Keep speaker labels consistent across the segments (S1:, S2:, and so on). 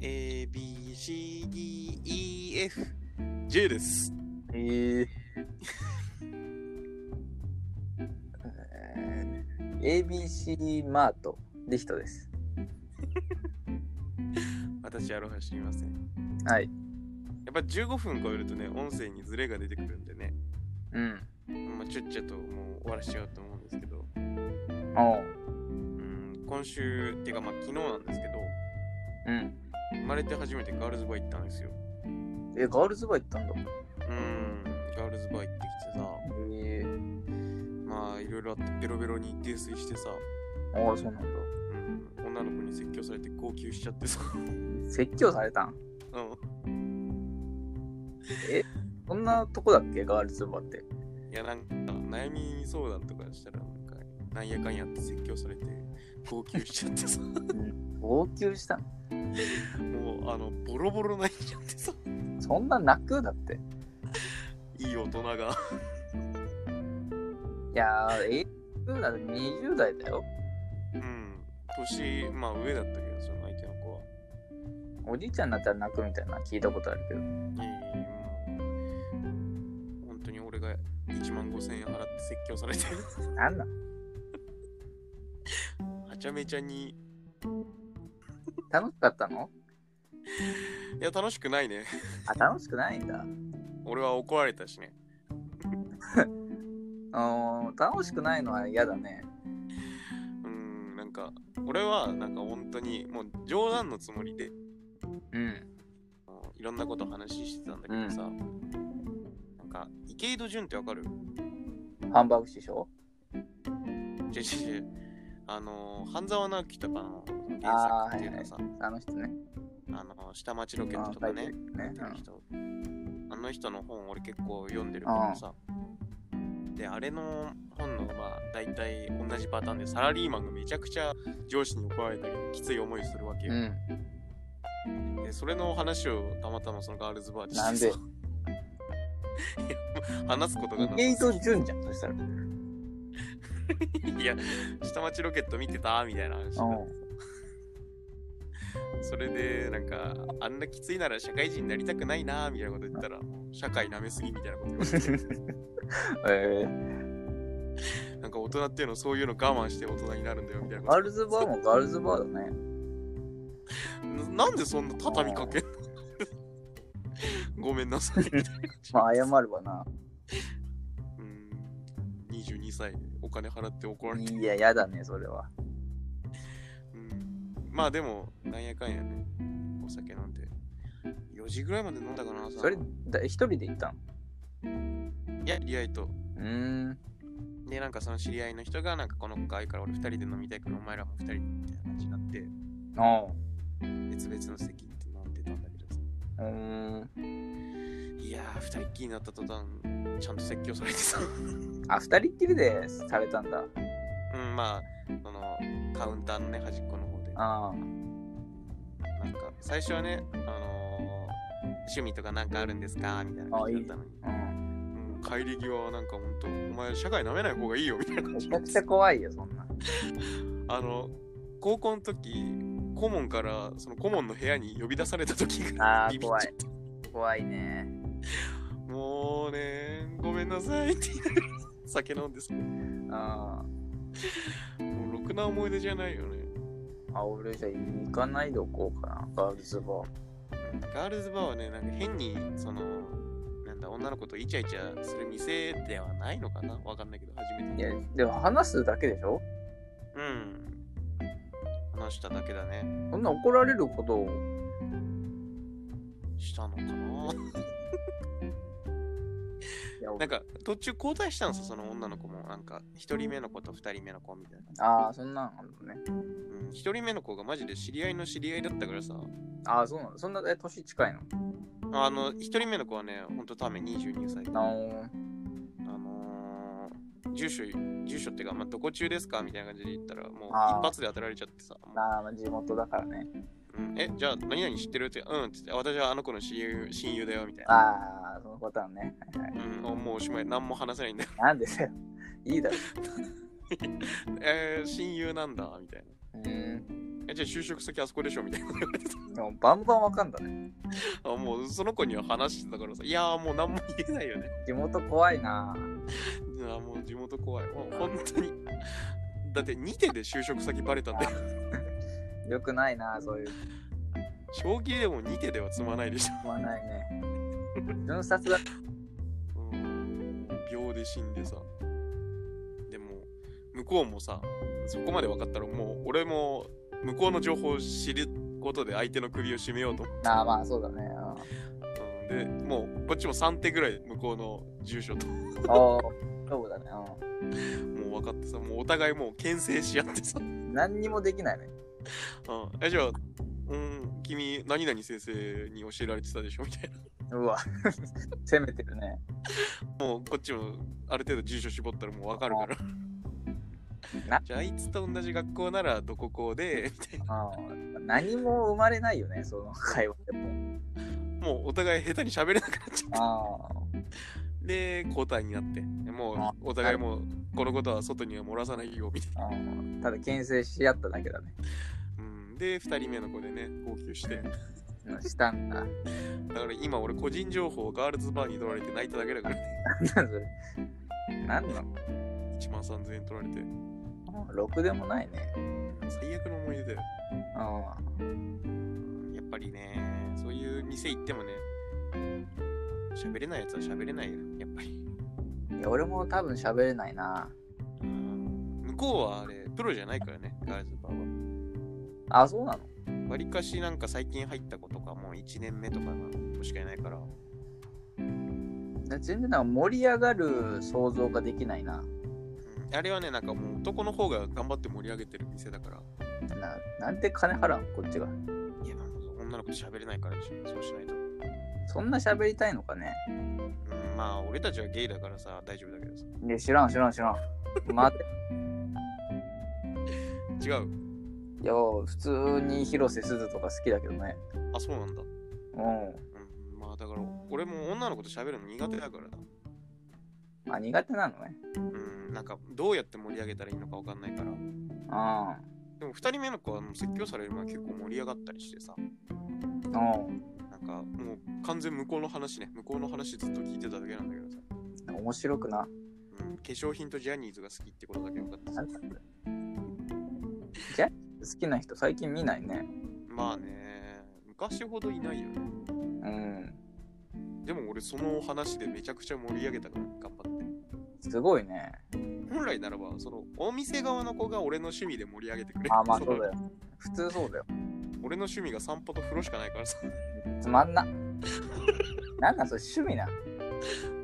S1: A, B, C, D, E, F、J です。
S2: えー、えー ABC マートリヒトです。
S1: 私、アロハ知りません。や
S2: はい。
S1: っぱ15分超えるとね、音声にズレが出てくるんでね、
S2: うん。
S1: まあ、ちょっちゃともう終わらしちゃうと思うんですけど、
S2: おう。
S1: うん、今週、てかまあ昨日なんですけど、
S2: うん。
S1: 生まれて初めてガールズバー行ったんですよ。
S2: え、ガールズバー行ったんだ。
S1: うん、ガールズバー行ってきてさ、
S2: えー、
S1: まあいろいろあってベロベロに泥酔してさ、
S2: ああ、そうなんだ。
S1: うん、女の子に説教されて号泣しちゃってさ、
S2: 説教されたん
S1: うん。
S2: そんなとこだっけガールズバーって。
S1: いやなんか悩み相談とかしたらなんかなんやかんやって説教されて号泣しちゃってさ
S2: 号泣したの
S1: もうあのボロボロ泣いちゃってさ
S2: そんな泣くだって。
S1: いい大人が
S2: いやー、えー、だって20代だよ。
S1: うん年まあ上だったけどその相手の子は
S2: おじいちゃんになったら泣くみたいな聞いたことあるけど。
S1: いやいやもう本当に俺が1万5000円払って説教されて
S2: なんなん
S1: はちゃめちゃにい
S2: 楽しかったの
S1: や楽しくないね
S2: あ、楽しくないんだ。
S1: 俺は怒られたしね
S2: うーん、楽しくないのは嫌だね。
S1: うんなんか俺はなんか本当にもう冗談のつもりで
S2: うん。
S1: いろんなこと話してたんだけどさ、なんか池井戸潤ってわかる
S2: ハンバーグ師匠
S1: 違う違う違うあのー半沢直樹とかの原作っていうのさ
S2: あの人ね。
S1: あ、のー下町ロケットとかね
S2: あ
S1: や
S2: ー
S1: っ
S2: 書
S1: て
S2: いてる
S1: る
S2: ね
S1: 人あの人の本俺結構読んでるからさであれの本のまあ大体同じパターンでサラリーマンがめちゃくちゃ上司に怒られたりきつい思いするわけ
S2: う
S1: よ、
S2: ん。
S1: でそれの話をたまたまそのガールズバーで
S2: なん
S1: して
S2: で
S1: さ いや話すことがな
S2: う
S1: さ
S2: ん。
S1: すぎ
S2: ゲイ
S1: て
S2: ト純じゃん、そしたら。
S1: いや、下町ロケット見てたみたいな話になってそれで、なんか、あんなきついなら社会人になりたくないなみたいなこと言ったら、もう社会舐めすぎみたいなこと言われて、
S2: えー、
S1: なんか大人っていうのはそういうの我慢して大人になるんだよみたいなこ
S2: ガ
S1: と
S2: ールズバーもガールズバーだね。
S1: ななんでそんな畳みかけんのごめんなさいみたいな感じ。
S2: まあ、謝るわな。
S1: うん22歳でお金払って怒られて、
S2: いや、嫌だね、それは。
S1: うんまあでもなんやかんやねお酒飲んで4時ぐらいまで飲んだかな朝
S2: それ、だ一人で行ったの
S1: いや知り合いと
S2: うーん。
S1: で、なんかその知り合いの人が、なんかこの子可愛いから俺二人で飲みたいからお前らも二人でみたいな感じになって、
S2: あ
S1: 別々の席行って飲んでたんだけどさ。
S2: あ。うーん。
S1: いやー、二人っきりになった途端、ちゃんと説教されてさ。
S2: あ、二人っきりでされたんだ。
S1: うん、まあ、その、カウンターのね、端っこの方で。
S2: ああ。
S1: なんか、最初はね、あのー趣味とかなんかあるんですかみたいな感じだったのに。
S2: うん。
S1: うん、帰り際はなんかほんと、お前社会舐めない方がいいよみたいな感
S2: め
S1: じ
S2: ち。ゃく ちゃ怖いよ、そんな。
S1: あの、高校の時、顧問から、その顧問の部屋に呼び出された時が
S2: あー
S1: ビビっちゃって
S2: 怖いね。
S1: もうね、ごめんなさい って言いながら酒飲んでさ、も
S2: うん。あ、
S1: うろくな思い出じゃないよね。
S2: 俺じゃ行かないでおこうかな、ガールズバー。
S1: ガールズバーはね、なんか変に、その、なんだ、女の子とイチャイチャする店ではないのかなわかんないけど、初め
S2: い
S1: て。
S2: や、でも話すだけでしょ
S1: うん。話しただけだね。
S2: そんな怒られることを。
S1: したのかない
S2: や
S1: なんか、途中交代したんですよ、その女の子も。なんか、一人目の子と二人目の子みたいな。
S2: ああ、そんなんあるのね。
S1: うん、一人目の子がマジで知り合いの知り合いだったからさ、
S2: ああ、そうなの。そんな、え、年近いの。
S1: あの、一人目の子はね、ほんとため22歳。
S2: なお
S1: あのー住所、住所っていうか、まあ、どこ中ですかみたいな感じで言ったら、もう
S2: あー
S1: 一発で当てられちゃってさ、も
S2: なあ、まあ地元だからね。
S1: ううんえ、じゃあ何々知ってるって、うんって言って、私はあの子の親友親友だよ、みたいな。
S2: ああ、そのことはね。
S1: うん、おもうおしまい、何も話せないんだよ。
S2: なんでだよ。 いいだろ。
S1: えー、親友なんだ、みたいな。
S2: うーん。
S1: えじゃあ就職先あそこでしょみたいな 言われてた
S2: でもバンバンわかんだね。
S1: あもうその子には話してたからさいやーもう何も言えないよね
S2: 地元怖いな。
S1: いやーもう地元怖いもう本当にだって2手で就職先バレたんだよ
S2: よくないな、そういう。
S1: 将棋でも2手では積まないでし
S2: 思わないね。瞬殺だ。
S1: ょ、うん、秒で死んでさでも向こうもさそこまで分かったらもう俺も向こうの情報を知ることで相手の首を絞めようと思
S2: ああ、まあそうだね。
S1: って、うん、でもうこっちも3手ぐらい向こうの住所とも
S2: うん、おお、そうだね。う
S1: う分かってさもうお互いもう牽制し合ってさ
S2: ん何にもできないね。
S1: うん、えじゃあ、うん、君、何々先生に教えられてたでしょみたいう
S2: わ、 攻めてるね。
S1: な。もうこっちもある程度住所絞ったらもうわかるか
S2: な
S1: ら。じゃあ、あいつと同じ学校ならどこ校で、みたい
S2: うん何も生まれないよね、その会話でも。
S1: な。もうお互い下手に喋れなくなっちゃっ
S2: あ
S1: て。で、交代になって。も
S2: あ
S1: うお互いもうこのことは外には漏らさないよ、みたいな。
S2: あ、うんただ牽制し合っただけだね。
S1: うん、で、2人目の子でね、号泣して。
S2: うんしたんだ。
S1: だから今俺個人情報をガールズバーに取られて泣いただけだから、
S2: なんそれ。 なんなの
S1: 1万3000円取られて。
S2: ろくでもないね。
S1: 最悪の思い出だよ。
S2: あ
S1: やっぱりね、そういう店行ってもね、喋れないやつは喋れないよ、やっぱり。
S2: いや俺も多分喋れないな。
S1: うん向こうはあれ、プロじゃないからね、ガールズバー
S2: あ、そうなの
S1: は。わりかしなんか最近入った子とか、もう1年目とかの子しかいないから、
S2: 全然なんか盛り上がる想像ができないな。
S1: うんあれはね、なんかもう男の方が頑張って盛り上げてる店だから、
S2: ななんで金払うのこっちが。
S1: いや、なんか女の子と喋れないからでしょ、そうしないと。
S2: そんな喋りたいのかね
S1: うん、まあ、俺たちはゲイだからさ、大丈夫だけどさ。
S2: いや、知らん、知らん、知らん。待て。
S1: 違う。
S2: いや、普通に広瀬すずとか好きだけどね。
S1: あ、そうなんだ。
S2: う
S1: うん、まあ、だから、俺も女の子と喋るの苦手だからな。
S2: ん。あ、苦手なのね。
S1: うん、なんかどうやって盛り上げたらいいのかわかんないから。
S2: あ
S1: でも2人目の子はもう説教される前結構盛り上がったりしてさ、
S2: あ。う
S1: なんかもう完全向こうの話ね、向こうの話ずっと聞いてただけなんだけどさ、
S2: ん。面白くな。
S1: うん、化粧品とジャニーズが好きってことだけ分かったさ
S2: なん。だっけジャニーズ好きな人最近見ないね。
S1: まあね、昔ほどいないよね。
S2: うん。
S1: でも俺その話でめちゃくちゃ盛り上げたから頑張って。
S2: すごいね。
S1: 本来ならば、そのお店側の子が俺の趣味で盛り上げてくれる。
S2: あ、まあ
S1: そ
S2: そ
S1: の
S2: うだよ。普通そうだよ。
S1: 俺の趣味が散歩と風呂しかないからさ、
S2: つまんな。なんだそれ趣味な。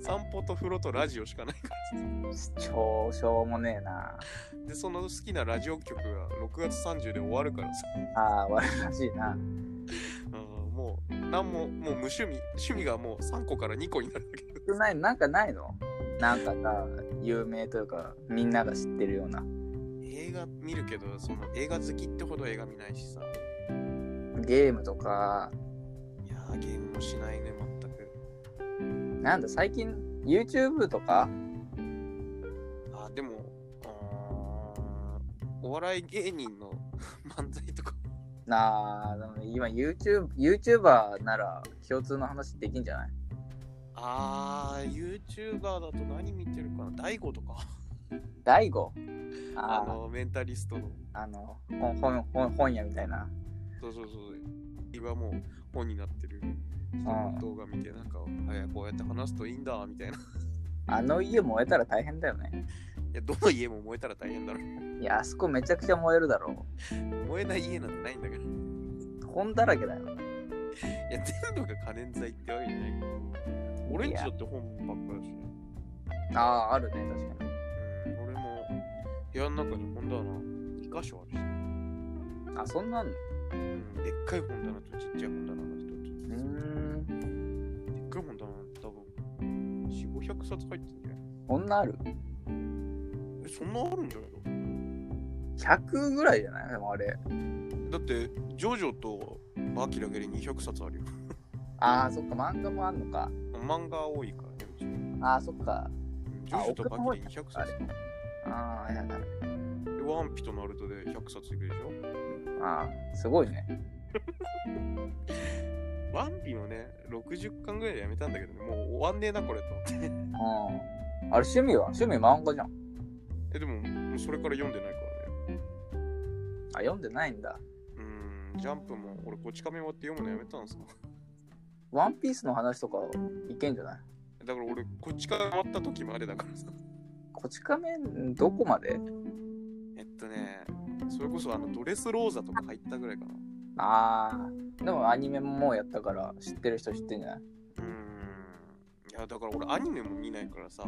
S1: 散歩と風呂とラジオしかないからさ。
S2: 超しょうもねえな。
S1: で、その好きなラジオ曲が6月30で終わるからさ、
S2: ああ、悪らしいな。
S1: うんもう、なんも、もう無趣味、趣味がもう3個から2個になるんだけど、
S2: 少ないなんかないのなんかさ、有名というか、みんなが知ってるような。
S1: 映画見るけど、その映画好きってほど映画見ないしさ、
S2: ゲームとか、
S1: いやー、ゲームもしないね、全く。
S2: なんだ、最近 YouTube とか、
S1: あ、でも、うーんお笑い芸人の 漫才とか、
S2: なあ、でも今 YouTube、YouTuber なら共通の話できんじゃない
S1: あー、YouTuber だと何見てるかな、大悟とか、
S2: 大悟
S1: あ
S2: あの、
S1: の、メンタリストの、
S2: あの、本、本、本本屋みたいな。
S1: そうそうそう、今もう本になってる人
S2: う
S1: の
S2: ん
S1: 動画見て、なんか、はいこうやって話すといいんだ、みたいな。い
S2: あの家燃えたら大変だよね。
S1: や、どの家も燃えたら大変だろう
S2: いや、あそこめちゃくちゃ燃えるだろ。
S1: 燃えない家なんてないんだから。 いう
S2: 本だらけだよ。
S1: や、全部が可燃剤ってわけじゃないけど。俺んちだ
S2: い
S1: って本ばっかだし、ね。
S2: やああ、あるね、確か
S1: うん、俺も部屋の中に本棚2箇所あるし、
S2: に。あ、そんなんの
S1: うん、でっかい本棚とちっちゃい本棚が一
S2: うー
S1: つ。
S2: ん。
S1: でっかい本棚なんて多分4、500冊入ってんじゃない
S2: そんなある
S1: え、そんなあるんじゃないの
S2: ?100 ぐらいじゃないでもあれ。
S1: だって、ジョジョとバキだけで200冊あるよ。
S2: ああ、そっか、漫画もあんのか。
S1: 漫画多いからね、うちうん
S2: ああ、そっか。
S1: ジョジョとバキで200冊
S2: ああ、いやだ。
S1: でワンピとナルトで100冊いるでしょ
S2: ああ、すごいね。
S1: ワンピもね、60巻ぐらいでやめたんだけどね、もう終わんねえな、これと思って。
S2: うん。あれ、趣味は趣味漫画じゃん。
S1: え、でも、もうそれから読んでないからね。
S2: あ、読んでないんだ。
S1: うーん、ジャンプも、俺、こち亀終わって読むのやめたんすよ。
S2: ワンピースの話とかいけんじゃない
S1: だから俺、こっちから終わった時までだからさ。
S2: こち亀、どこまで
S1: えっとね、それこそあのドレスローザとか入ったぐらいかな。
S2: ああ、でもアニメももうやったから知ってる人知ってんじゃないう
S1: ーん。いや、だから俺アニメも見ないからさ、
S2: う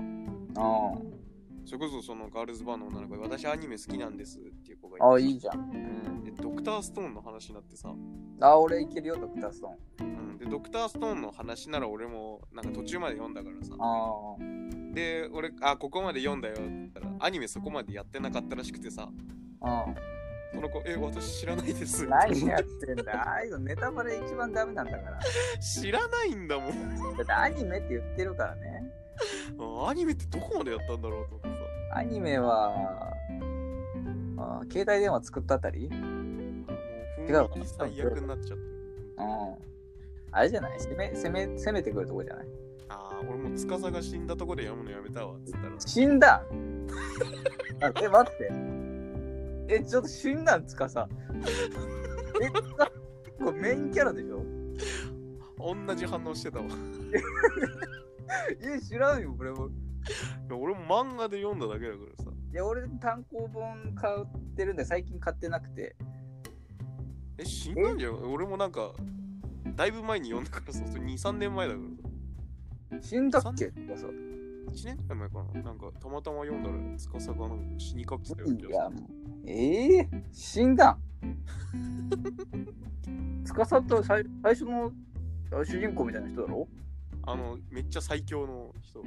S1: それこそそのガールズバーの女の子で、私アニメ好きなんですっていう子がいて
S2: ん。
S1: さ
S2: あ、いいじゃん。うん。
S1: で、ドクターストーンの話になってさ、
S2: あ、俺いけるよ、ドクターストーン。
S1: うん、で、ドクターストーンの話なら俺もなんか途中まで読んだからさ、
S2: あ
S1: で、俺、あ、ここまで読んだよって言ったら、アニメそこまでやってなかったらしくてさ、
S2: あ。うん。
S1: その子、え、私知らないです。
S2: 何やってんだああいうのネタバレ一番ダメなんだから。
S1: 知らないんだもん。
S2: だってアニメって言ってるからね。
S1: あアニメってどこまでやったんだろうと思ってさ。
S2: アニメは、あ携帯電話作ったあたりうん。
S1: もう雰囲気最悪になっちゃって
S2: あれじゃない攻め、攻め、攻めてくるとこじゃない
S1: ああ、俺もつかさが死んだとこで読むのやめたわっつったら。
S2: 死んだあえ、待って。え、ちょっと死んだんつかさ。え、つかこれメインキャラでしょ
S1: 同じ反応してたわ。い
S2: え、知らんよ、これも。
S1: や俺も漫画で読んだだけだからさ。
S2: いや、俺単行本買ってるんで、最近買ってなくて。
S1: え、死んだんじゃん俺もなんか、だいぶ前に読んだからさ、 それ2、3年前だからさ。
S2: 死んだっけとかさ。
S1: 1年くらい前かな。なんか、たまたま読んだら、つかさがなんか死にかけたようない気が
S2: や、もうええ死ん だん司と最最初のあ主人公みたいな人だろ
S1: あの、めっちゃ最強の人。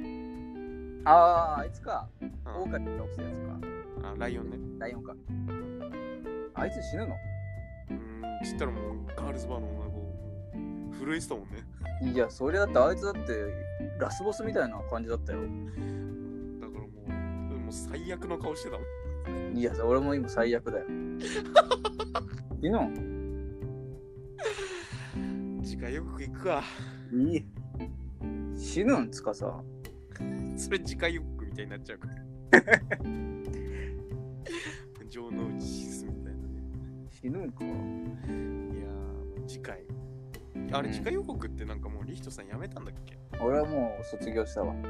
S2: ああ、あいつか。
S1: うん
S2: 狼が起きたやつか。
S1: あライオンね。
S2: ライオンか。あいつ死ぬの
S1: うーん、つったらもう、ガールズバーの女の子、もう震えてたもんね。
S2: いや、それだってあいつだってラスボスみたいな感じだったよ。
S1: だからもう、もう最悪の顔してたもん。
S2: いや、俺も今最悪だ よ。死ぬん
S1: 次回予告行くか。
S2: いい死ぬんつかさ。
S1: それ次回予告みたいになっちゃうから。 情の内シスみたいなね。
S2: 死ぬんか。
S1: いやー、次回。あ
S2: う
S1: れ、
S2: ん
S1: 次回予告ってなんかもうリヒトさんやめたんだっけい
S2: 俺はもう卒業したわ。
S1: や、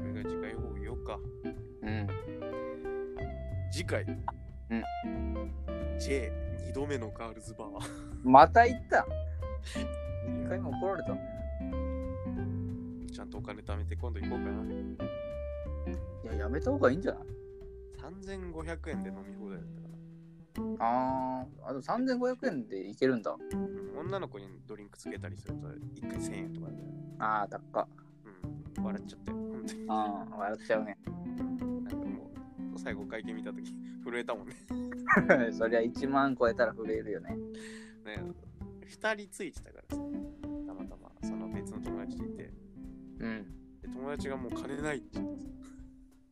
S1: 俺が次回予告言おうか。
S2: うん。
S1: 次回。
S2: うん。
S1: J、二度目のガールズバー。
S2: また行った一回も怒られたんだよ。
S1: ちゃんとお金貯めて今度行こうかな。
S2: いや、やめた方がいいんじゃない
S1: 3500円で飲み放題だったから
S2: あー、あと3500円でいけるんだ。。
S1: うん女の子にドリンクつけたりすると1回1000円とかだよね。
S2: あー、高っ。
S1: うん。笑っちゃったよ、本当に。
S2: あー、笑っちゃうね。
S1: なんかもう、最後会見見たとき、震えたもんね。
S2: そりゃ1万超えたら震えるよね。
S1: ね2人ついてたからさ、たまたま、その別の友達といて、で
S2: うん。
S1: 友達がもう金ないって言ってさ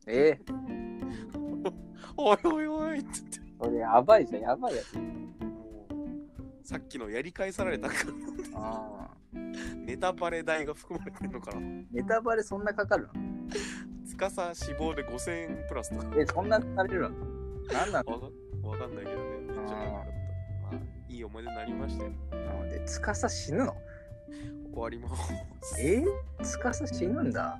S2: え
S1: おいおいおいって言って、
S2: ー、それやばいじゃん、やばいやつ。
S1: もう、さっきのやり返されたから、
S2: あ
S1: ネタバレ代が含まれてるのかな。
S2: ー、ネタバレそんなかかる
S1: つかさ死亡で5000円プラスとか、
S2: のえ、そんなされるのなんなの
S1: わかわかんないけどね、めっちゃ高かった。まあ、いい思い出になりましたよ。
S2: なので、つかさ死ぬの
S1: 終わります。
S2: えー、つかさ死ぬんだ。